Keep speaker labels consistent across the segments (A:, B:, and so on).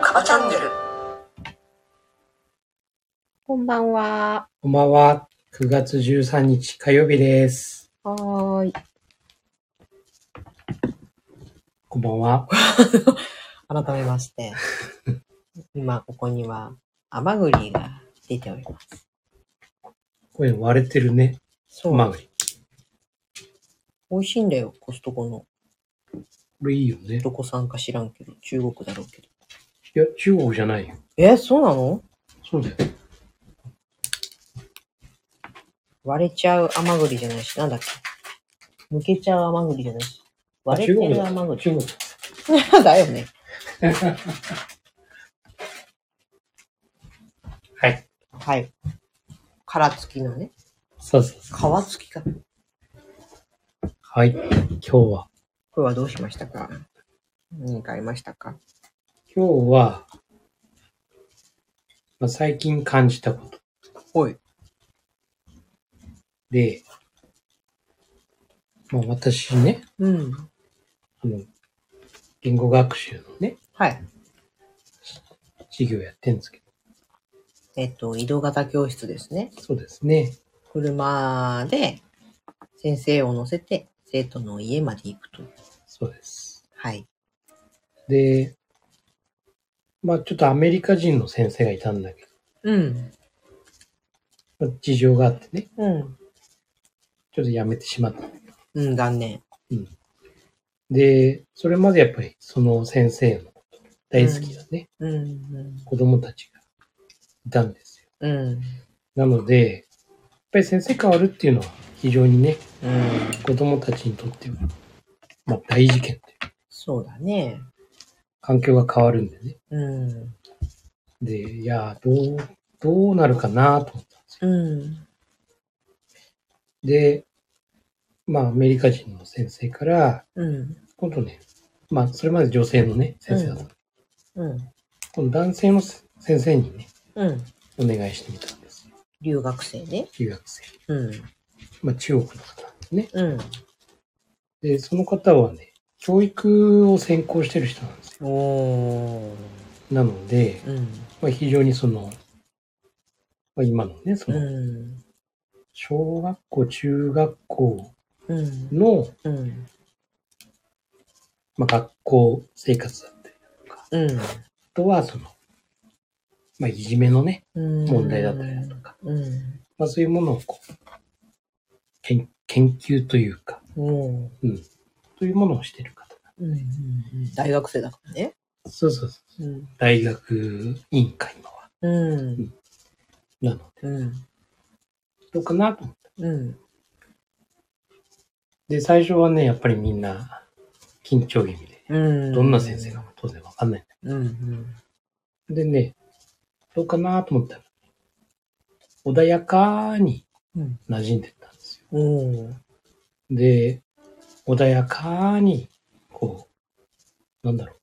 A: カバチャンネル
B: こんばんは。
C: こんばんは。9月13日火曜日です。
B: はーい。
C: こんばんは。
A: 改めまして、 今ここには甘栗が出ております。
C: 声割れてるね。
A: そう、
C: まぐり。
A: 美味しいんだよ、コストコの。
C: これいいよね。
A: どこ産か知らんけど、中国だろうけど。
C: いや、中国じゃないよ。
A: え、そうなの
C: そうだよ。
A: 割れちゃう甘栗じゃないし、なんだっけ抜けちゃう甘栗じゃないし。割れてる甘
C: 中
A: 栗。
C: 国 だ。
A: だよね。
C: はい。
A: はい。殻付きのね。
C: そうそうそう。
A: 皮付きか。
C: はい。今日は。
A: これはどうしましたか何かありましたか
C: 今日は、まあ、最近感じたこと
A: ほい。
C: で、まあ私ね、
A: うん。
C: あの、言語学習のね、
A: はい。
C: 授業やってんですけ
A: えっと、移動型教室ですね。
C: ど。そうですね。
A: 車で先生を乗せて生徒の家まで行くと。
C: そうです。
A: はい。
C: で、まあちょっとアメリカ人の先生がいたんだけ
A: うん。
C: ど、まあ事情があってね、
A: うん。
C: ちょっとやめてしまった。
A: うん、残念。
C: で、それまでやっぱりその先生の大好きなね、
A: うん。
C: 子供たちがいたんですよ。
A: うん。うん。
C: なので、やっぱり先生変わるっていうのは非常にね、
A: うん、
C: 子供たちにとっては、まあ大事件というか
A: そうだね。
C: 環境が変わるんでね。
A: うん。
C: で、いやー、どう、どうなるかなと思ったんですよ。
A: うん。
C: で、まあアメリカ人の先生から、
A: うん。
C: 今度ね、まあ、それまで女性のね、先生だった。
A: うん。
C: 今度男性のせ先生にね、
A: うん。
C: お願いしてみたんですよ。
A: 留学生ね。
C: 留学生。
A: うん。
C: まあ、中国の方なんですね。
A: うん。
C: で、その方はね、教育を専攻してる人なんですよ。
A: おー。
C: なので、
A: うん。
C: まあ、非常にその、まあ、今のね、その、
A: うん。
C: 小学校、中学校
A: うん。
C: の、
A: うん。
C: まあ、学校生活だったり、
A: うん。
C: あとは、その、まあ、いじめのね、
A: うん。
C: 問題だったりだとか、
A: うん。
C: まあ、そういうものをこう、研研究というか、
A: うん。
C: うん。というものをしている方。
A: うん。大学生だからね。
C: そうそうそう。
A: うん。
C: 大学委員会今は。
A: うん。
C: なので、
A: うん。
C: どうかなと思って。
A: うん。
C: で、最初はね、やっぱりみんな、緊張気味で、
A: うん。
C: どんな先生かも当然わかんない。
A: うん。
C: でね、どうかなと思ったら、穏やかに
A: うん。
C: 馴染んでったんです
A: う
C: よ。
A: ん。うん。
C: で、穏やかに、こう、なんだろう。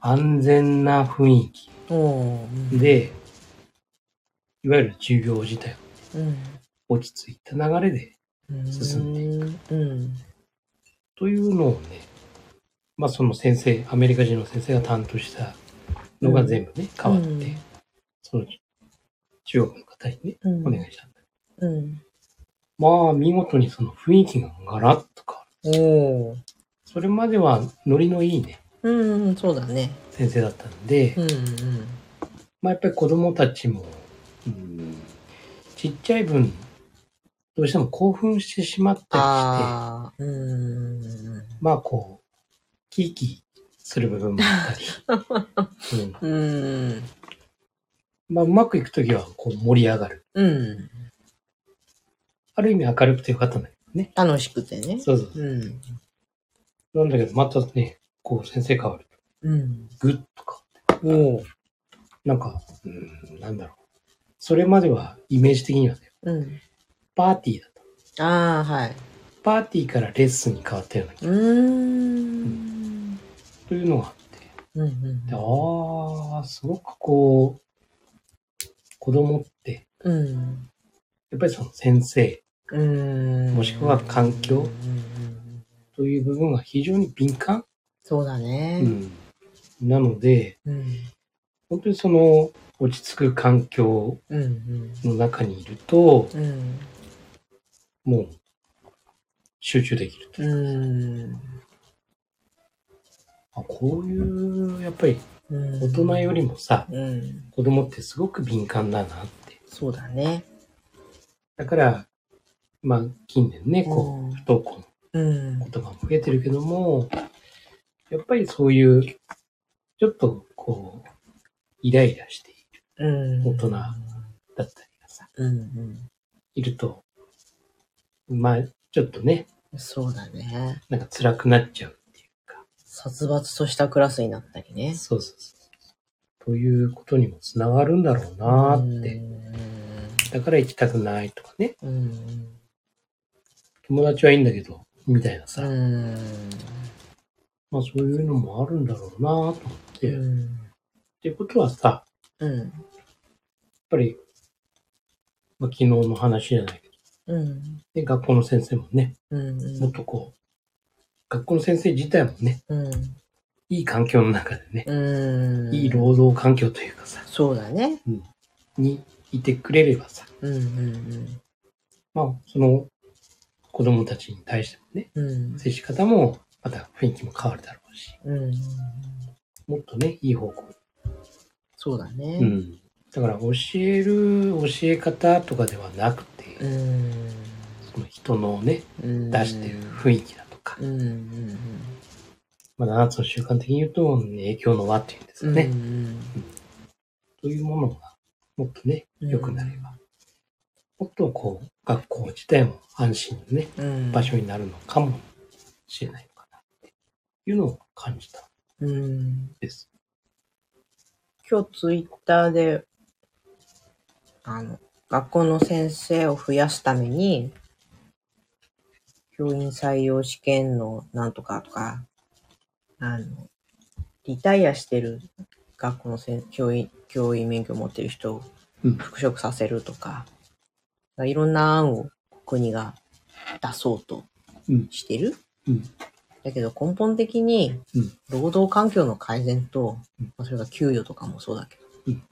C: 安全な雰囲気
A: うん。
C: で、いわゆる授業自体
A: うん。
C: 落ち着いた流れで、
A: うん。
C: 進んで
A: いく。うん。
C: というのをね、まあその先生、アメリカ人の先生が担当したのが全部ね、変わって、
A: うん
C: その中国の方にね、
A: うん。
C: お願いしたんだ。
A: うん。
C: まあ見事にその雰囲気がガラッと変わる。
A: おー。
C: それまではノリのいいね、
A: うん、そうだね。
C: 先生だったんで、
A: うん。
C: まあやっぱり子供たちも、うんちっちゃい分、どうしても興奮してしまったりして、
A: ああ。うん。
C: まあこう、キーキーする部分もあった り、うん
A: うん。
C: まあうまくいくときはこう盛り上がる。
A: うん。
C: ある意味明るくてよかったんだけどね。
A: 楽しくてね。
C: そうそう。
A: うん。
C: なんだけど、またね、こう先生変わると。
A: うん。
C: グッとか。
A: おー。
C: なんか、うーん、なんだろう。それまではイメージ的にはね、
A: うん。
C: パーティーだった。
A: ああ、はい。
C: パーティーからレッスンに変わったような気
A: うーん。
C: というのがあって。
A: うん。
C: でああ、すごくこう、子供って、
A: うん。
C: やっぱりその先生
A: うん。
C: もしくは環境
A: うんうんうん
C: という部分が非常に敏感、
A: そうだ
C: う
A: ね。
C: ん、なので、
A: うん。
C: 本当にその落ち着く環境
A: うん。うん。
C: の中にいると、
A: うん。
C: もう集中できると。
A: うん。
C: あこういう、やっぱり
A: うん
C: 大人よりもさ、
A: うん。
C: 子供ってすごく敏感だなって。
A: そうだね。
C: だから、まあ近年ね、こ
A: うん
C: う、不登校の
A: うん。
C: ことが増えてるけども、やっぱりそういう、ちょっとこう、イライラしている
A: うん。
C: 大人だったりがさ、
A: うん。
C: いると、まあちょっとね、
A: うん。そうだね。
C: なんか辛くなっちゃうっていうか、
A: 殺伐としたクラスになったりね。
C: そうそうそう。ということにもつながるんだろうなーって。だから行きたくないとかね。
A: うん。うん。
C: 友達はいいんだけど、みたいなさ。
A: うん。
C: まあそういうのもあるんだろうなと思って。
A: う
C: っ
A: ん。
C: てことはさ、やっ
A: うん。
C: ぱり、まあ昨日の話じゃないけど、
A: うん。
C: ね、学校の先生もね、
A: うん。
C: もっとこう、学校の先生自体もね、
A: うん。
C: いい環境の中でね、
A: うん。
C: いい労働環境というかさ、
A: そうだね。
C: にいてくれればさ、
A: うん。うん。
C: まあその子供たちに対してもね、
A: うん。
C: 接し方もまた雰囲気も変わるだろうし、
A: うん。
C: もっとね、いい方向
A: そうだね。
C: に。うん。だから教える教え方とかではなくて、
A: うん。
C: その人のね、
A: うん。
C: 出してる雰囲気だとか、
A: うん。うん。
C: まあ、7つの習慣的に言うと、影響の輪っていうんです
A: う
C: か
A: ん。
C: ね、
A: うん。
C: というものが、もっとね、
A: うん
C: 良くなれば、もっとこう、学校自体も安心のね、
A: うん。
C: 場所になるのかもしれないのかなっていうのを感じたん
A: うん。
C: です。
A: 今日ツイッターで、あの、学校の先生を増やすために、教員採用試験のなんとかとか、あの、リタイアしてる学校の先教員、教員免許持ってる人を
C: うん
A: 復職させるとか、いろんな案を国が出そうと
C: うん
A: してる。
C: うん
A: だけど根本的に
C: うん、
A: 労働環境の改善と、
C: うん
A: まあそれが給与とかもそうだけど、
C: うん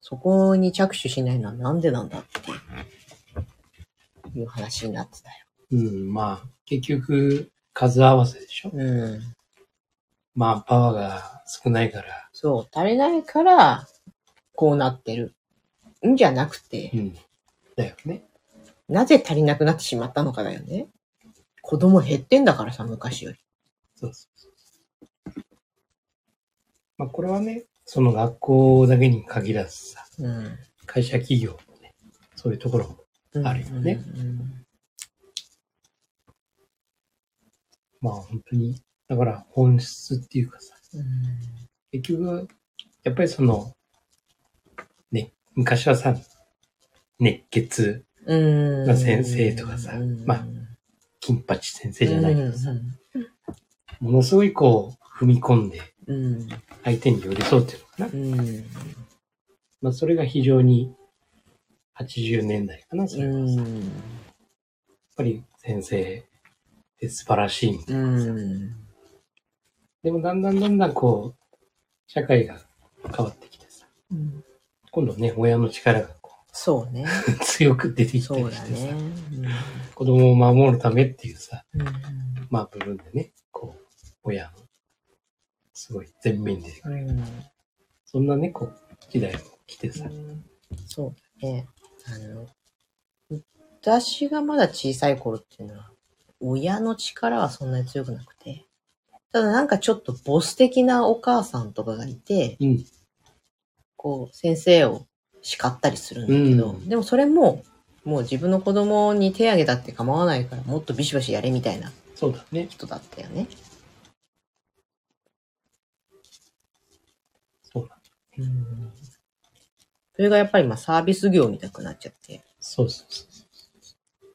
A: そこに着手しないのはなんでなんだっていう話になってたよ。
C: うん、まあ、結局、数合わせでしょ。
A: うん。
C: まあ、パワーが少ないから、
A: そう、足りないから、こうなってる。んじゃなくて
C: う、ん、だよね。
A: なぜ足りなくなってしまったのかだよね。子供減ってんだからさ、昔より。
C: そうそうそう。まあ、これはね、その学校だけに限らずさ、
A: うん。
C: 会社企業もね、そういうところも、
A: うん
C: あるよね。
A: うん
C: まあ本当に、だから本質っていうかさ、
A: うん
C: 結局、やっぱりその、ね、昔はさ、熱血、
A: うん。
C: まあ先生とかさ
A: うん
C: まあ金八先生じゃないけどさ、
A: うん
C: ものすごいこう、踏み込んで、
A: うん。
C: 相手に寄り添うっていうのかな。
A: うん。
C: まあそれが非常に、80年代かな、それはさ
A: う
C: やっ
A: ん。
C: ぱり先生って素晴らしいみたいな。
A: うん。
C: でもだんだんだんだんこう、社会が変わってきてさ、
A: うん
C: 今度ね、親の力がこ
A: そうね。
C: う強く出てきた
A: そう
C: りし
A: だ
C: てさ、
A: ね。
C: 子供を守るためっていうさ、
A: うん
C: まあ部分でね、こう、親の、すごい全面で、
A: うん
C: そんなね、こう、時代も来てさ、
A: そうだね。あの、私がまだ小さい頃っていうのは、親の力はそんなに強くなくて、ただなんかちょっとボス的なお母さんとかがいて、
C: うん、
A: こう、先生を叱ったりするんだけど、
C: うん
A: でもそれも、もう自分の子供に手あげたって構わないから、もっとビシバシやれみたいな
C: そうだね。
A: 人だったよね。
C: そうだ。
A: うんそれがやっぱりまあサービス業みたくなっちゃって。
C: そうそうそうそう。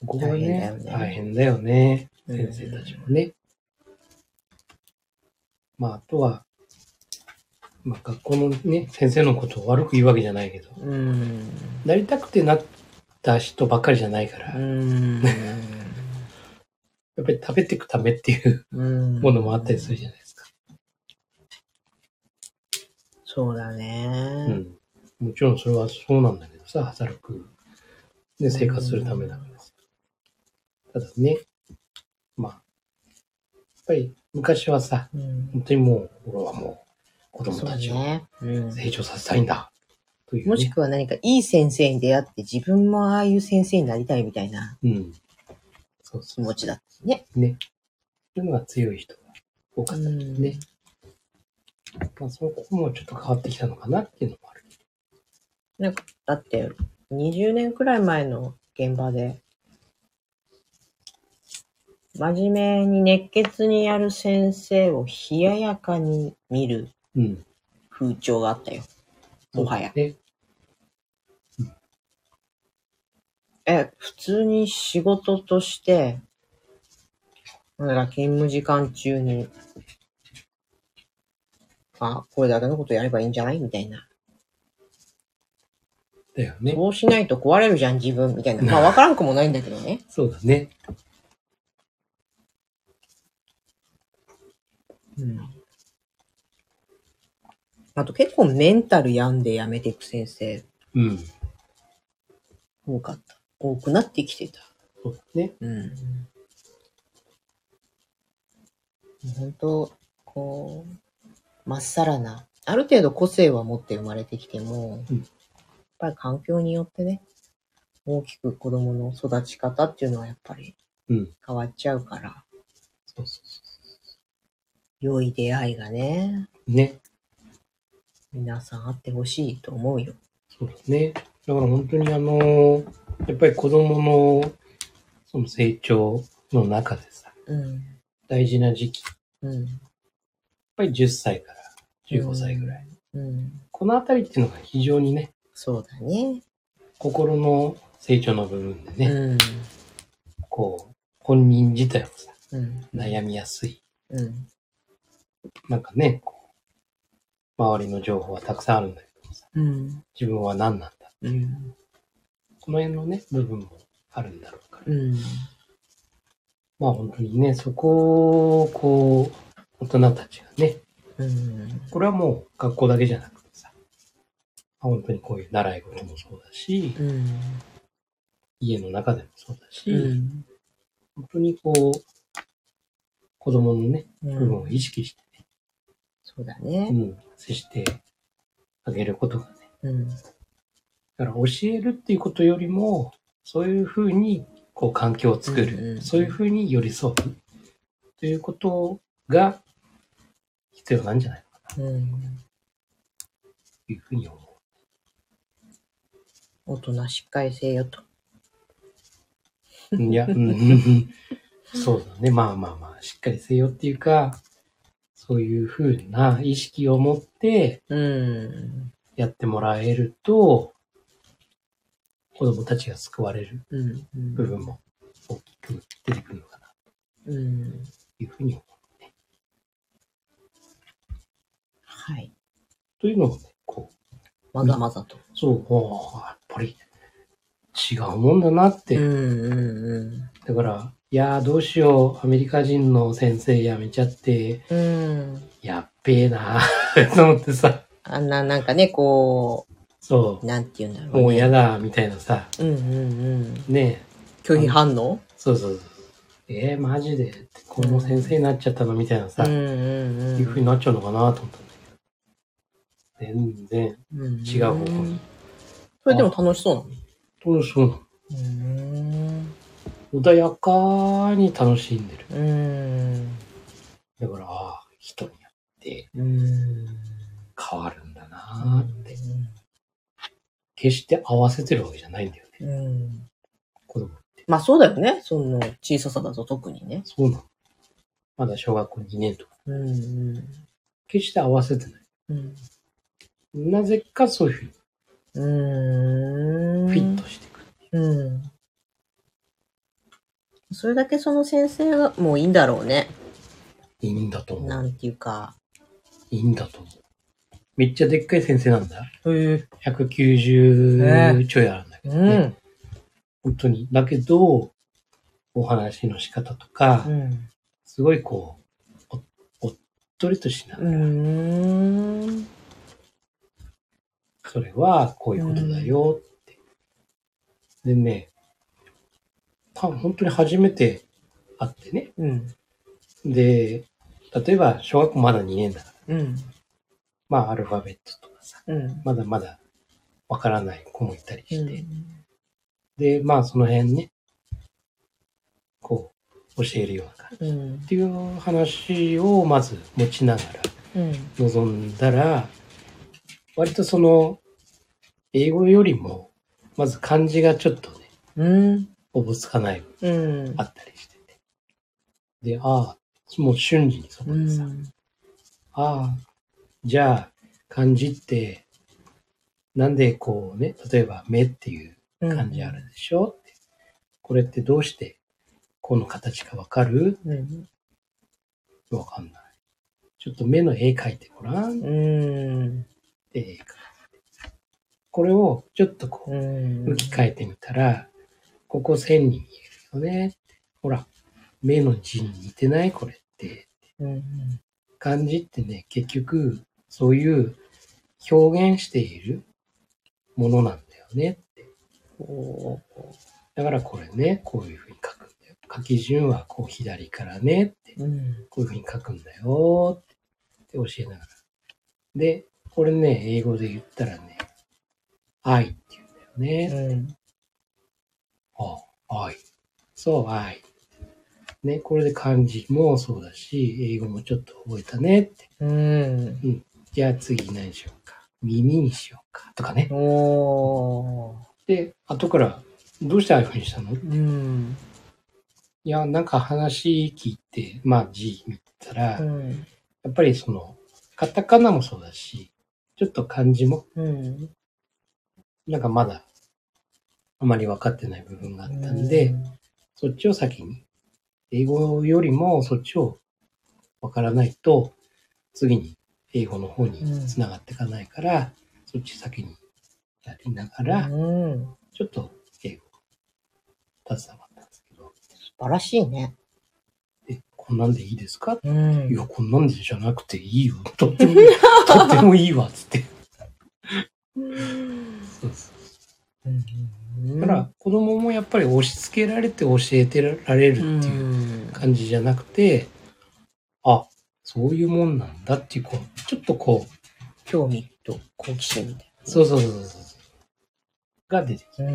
C: そこがね、
A: 大
C: 大
A: 変
C: 変だよね。
A: うん
C: 先生たちもね。まあ、あとは、まあ、学校のね、先生のことを悪く言うわけじゃないけど、
A: うん。
C: なりたくてなった人ばっかりじゃないから、
A: う
C: や
A: ん。
C: っぱり食べていくためっていう
A: うん。
C: ものもあったりするじゃないですか。
A: そうだ
C: う
A: ね。
C: ん。もちろんそれはそうなんだけどさ、働く。で、生活するためだからさ。ただね、まあ、やっぱり昔はさ、
A: うん。
C: 本当にもう、俺はもう、子供
A: そう
C: たちを
A: ね。うん。
C: 成長させたいんだ。という、ね。
A: もしくは何かいい先生に出会って自分もああいう先生になりたいみたいな
C: うん。そう
A: 気
C: そう。
A: 持ちだったね。
C: ね。そういうのが強い人が多かったけどね。まあ、そこもちょっと変わってきたのかなっていうのもある。
A: なんか、だって、20年くらい前の現場で、真面目に熱血にやる先生を冷ややかに見る
C: うん。
A: 風潮があったよ。もはや。
C: ね。
A: え、普通に仕事として、なんだ、勤務時間中に、あ、これだけのことやればいいんじゃないみたいな。
C: だよね。
A: そうしないと壊れるじゃん、自分、みたいな。まあ、わからんくもないんだけどね。
C: そうだね。
A: うん。あと結構メンタル病んで辞めていく先生
C: うん。
A: 多かった。多くなってきてた。
C: そうだね。
A: うん。本当こう、まっさらな、ある程度個性は持って生まれてきても、
C: うん
A: やっぱり環境によってね、大きく子供の育ち方っていうのはやっぱり
C: うん。
A: 変わっちゃうから、
C: そうそうそ
A: 良い出会いがね、
C: う。ね。
A: 皆さんあってほしいと思うよ。
C: そうだね。だから本当にあの、やっぱり子供の、その成長の中でさ、
A: うん。
C: 大事な時期。やっ
A: うん。
C: ぱり10歳から15歳ぐらい。
A: うん。
C: このあたりっていうのが非常にね、
A: そうだね。
C: 心の成長の部分でね、
A: うん。
C: こう、本人自体もさ、
A: うん。
C: 悩みやすい。
A: うん。
C: なんかね、こう、周りの情報はたくさんあるんだけどさ、
A: うん。
C: 自分は何なんだ。
A: うん。
C: この辺のね、部分もあるんだろうから。
A: うん。
C: まあ本当にね、そこを、こう、大人たちがね、
A: うん。
C: これはもう学校だけじゃなくてさ、まあ本当にこういう習い事もそうだし、
A: うん。
C: 家の中でもそうだし、
A: うん。
C: 本当にこう、子供のね、
A: う
C: 部分を
A: ん。
C: 意識して、
A: そうだ
C: う
A: ね。
C: ん、接してあげることがね、
A: うん。
C: だから教えるっていうことよりも、そういうふうにこう環境を作る、
A: うんうん
C: そういうふうに寄り添うということが必要なんじゃないかな
A: うん。
C: というふうに思う。
A: 大人しっかりせよと。
C: いや、うん、そうだね。まあまあまあ、しっかりせよっていうか、そういうふうな意識を持って
A: うん。
C: やってもらえると、子供たちが救われる
A: うん。
C: 部分も大きく出てくるのかな
A: うん。
C: というふうに思う。
A: はい。
C: というのをね、こう、
A: まざまざと。
C: そう、おーやっぱり違うもんだなって。
A: うん。うん。
C: だから、いやーどうしよう、アメリカ人の先生辞めちゃって、
A: うん。うん。
C: やっべえなーと思ってさ、
A: あんな、なんかね、こ、
C: そう
A: なんて言うんだろう
C: う、
A: ね。
C: もう嫌だ、みたいなさ、
A: うんうんうん。
C: ね
A: 拒否反応
C: え、そうそうそう。えー、マジでって、この先生になっちゃったのみたいなさ、
A: うんうんうん。
C: いう風になっちゃうのかなと思ったんだけど。全然違
A: 違
C: う方向に。
A: それでも楽しそうなの
C: どうしよう
A: うーん
C: 穏やかに楽しんでる。
A: うーん
C: だから、ああ、人によって
A: うーん
C: 変わるんだなーって。決して合わせてるわけじゃないんだよね。
A: うん
C: 子供。
A: まあそうだよね。その小ささだと特にね。
C: そうなの。まだ小学校2年とか。
A: うんうん
C: 決して合わせてない。
A: うん。
C: なぜかそういうふうに
A: うーん。
C: フィットしてくる。
A: うん。それだけその先生がもういいんだろうね。
C: いいんだと思
A: な
C: う。
A: んていうか、
C: いいんだと思う。めっちゃでっかい先生なんだ。
A: へ
C: 190ちょいあるんだけ
A: え。
C: ど
A: う
C: ね。
A: ん。
C: 本当に。だけど、お話の仕方とか、
A: うん。
C: すごいこう、おおっとりとしなが
A: う
C: ら、
A: ーん。
C: それはこういうことだよって。でね、た本当に初めて会ってね。
A: うん。
C: で、例えば小学校まだ2年だから、
A: うん。
C: まあアルファベットとかさ、
A: うん。
C: まだまだわからない子もいたりして、
A: うん
C: で、まあその辺ね、こう、教えるような感じ。
A: うん。
C: っていう話をまず持ちながら
A: うん。
C: 臨んだら、割とその、英語よりも、まず漢字がちょっとね、
A: うん。
C: おぼつかない部
A: うん
C: 分あ。ったりしてて。で、ああ、もう瞬時にそこ
A: う
C: でさ、
A: ん。
C: ああ、じゃあ、漢字って、なんでこうね、例えば目っていう漢字あるでしょ、ってこれってどうしてこの形かわかる
A: うん。
C: わかんない。ちょっと目の絵描いてごらんっ
A: うん。
C: て絵描いて。これをちょっとこ
A: うん。
C: う、向き変えてみたら、ここ線に見えるよね。ほら、目の字に似てないこれって。
A: うん。
C: 漢字ってね、結局、そういう表現しているものなんだよね。
A: おー
C: だからこれね、こういうふうに書くんだよ。書き順はこう左からねって。
A: うん。
C: こういうふうに書くんだよって教えながら。で、これね、英語で言ったらね、愛って言うんだよね。
A: うん。
C: あ、愛。そう、愛。ね、これで漢字もそうだし、英語もちょっと覚えたねって。
A: うん。
C: じゃあ次何しようか。耳にしようか。とかね。
A: おー。
C: で、後から、どうしてああいうふうにしたの
A: うん。
C: いや、なんか話聞いて、まあ字見てたら、
A: う
C: や
A: ん。
C: っぱりその、カタカナもそうだし、ちょっと漢字も
A: うん。
C: なんかまだ、あまり分かってない部分があったんで、そっちを先に、英語よりもそっちを分からないと、次に英語の方につながっていかないから、そっち先にやりなが
A: うん、
C: ら、
A: うん。
C: ちょっと英語、携わったんですけど、
A: 素晴らしいね。
C: え、こんなんでいいですか
A: う
C: い
A: ん。
C: や、こんなんでじゃなくていいよ。とっ てもいい、とってもいいわ、つって。そうそ
A: う
C: う
A: ん
C: だから、子供もやっぱり押し付けられて教えてられるって
A: う。
C: いうん感じじゃなくて、あ、そういうもんなんだっていう、こう、ちょっとこう、
A: 興味と好奇心みたい
C: そうそうそうそうそう、が出てきて、
A: な。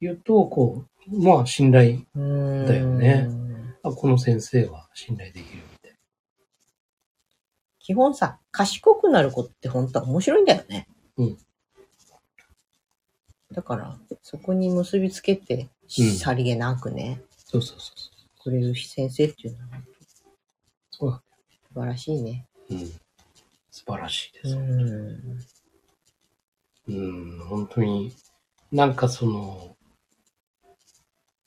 C: 言うと、こう、まあ信頼、
A: うん。
C: だよね。あ、この先生は信頼できるみたい
A: 基本さ、賢くなる子って本当は面白いんだよね。
C: うん。
A: だから、そこに結びつけて、
C: うん
A: さりげなくね、
C: な。そうそうそうそう。
A: くれる先生っていうのは
C: そうなん
A: 素晴らしいね。
C: だよ。うん。素晴らしいで
A: う
C: す。
A: ん。
C: うん、本当に、なんかその、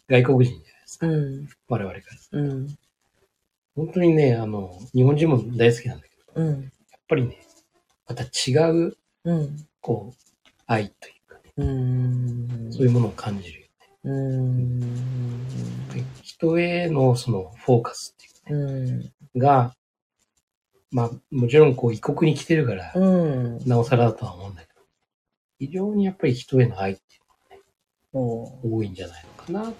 C: 外国人じゃないですか。
A: うん。
C: 我々から。
A: うん。
C: 本当にね、あの、日本人も大好きなんだけど、やっ
A: うん。
C: ぱりね、また違う、
A: うん。
C: こう、愛というかね、
A: うん。
C: そういうものを感じるよね。
A: うん。
C: 人へのそのフォーカスっていう
A: うん。
C: のが、まあ、もちろんこう、異国に来てるから、
A: うん。
C: なおさらだとは思うんだけど、非常にやっぱり人への愛って
A: お
C: 多いんじゃないのかな。
A: うん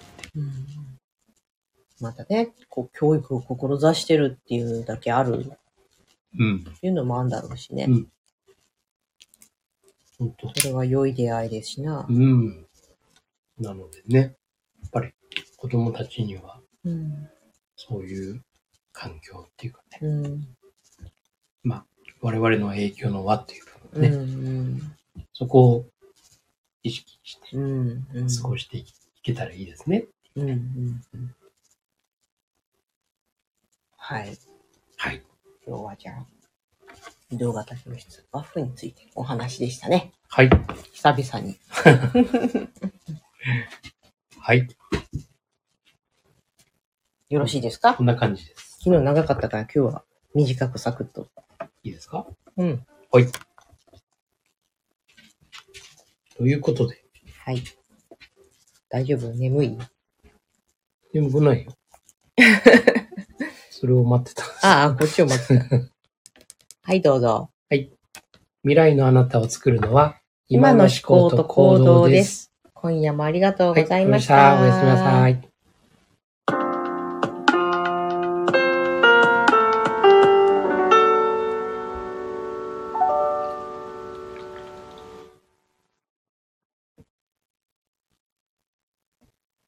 A: またね、こう、教育を志してるっていうだけあるっ
C: うん。
A: ていうのもあるんだろうしね。
C: うん本当。
A: それは良い出会いですしな
C: う。ん。なのでね、やっぱり子供たちには
A: うん。
C: そういう環境っていうかね、
A: うん。
C: 我々の影響の輪っていう部
A: う
C: 分ね、
A: ん。
C: そこを意識して
A: うん。うん。
C: 過ごしていけたらいいですね。
A: うん。うん。うんはい。
C: はい。
A: 今日はじゃあ、動画教室バッフについてお話でしたね。
C: はい。
A: 久々に。
C: はい。
A: よろしいですか
C: こんな感じです。
A: 昨日長かったから今日は短くサクッと
C: いいですか
A: うん。
C: ということで、
A: はい。大丈夫眠い
C: 眠く ないよ。それを待ってたんです。
A: ああ、こっちを待って た。はい、どうぞ。
C: 未来のあなたを作るのは、今
A: 今の
C: の
A: 思
C: 思
A: 考
C: 考
A: と
C: と
A: 行
C: 行
A: 動
C: 動
A: で
C: ですす。
A: 今夜もありがとうございました。
C: はい、おやすみなさい。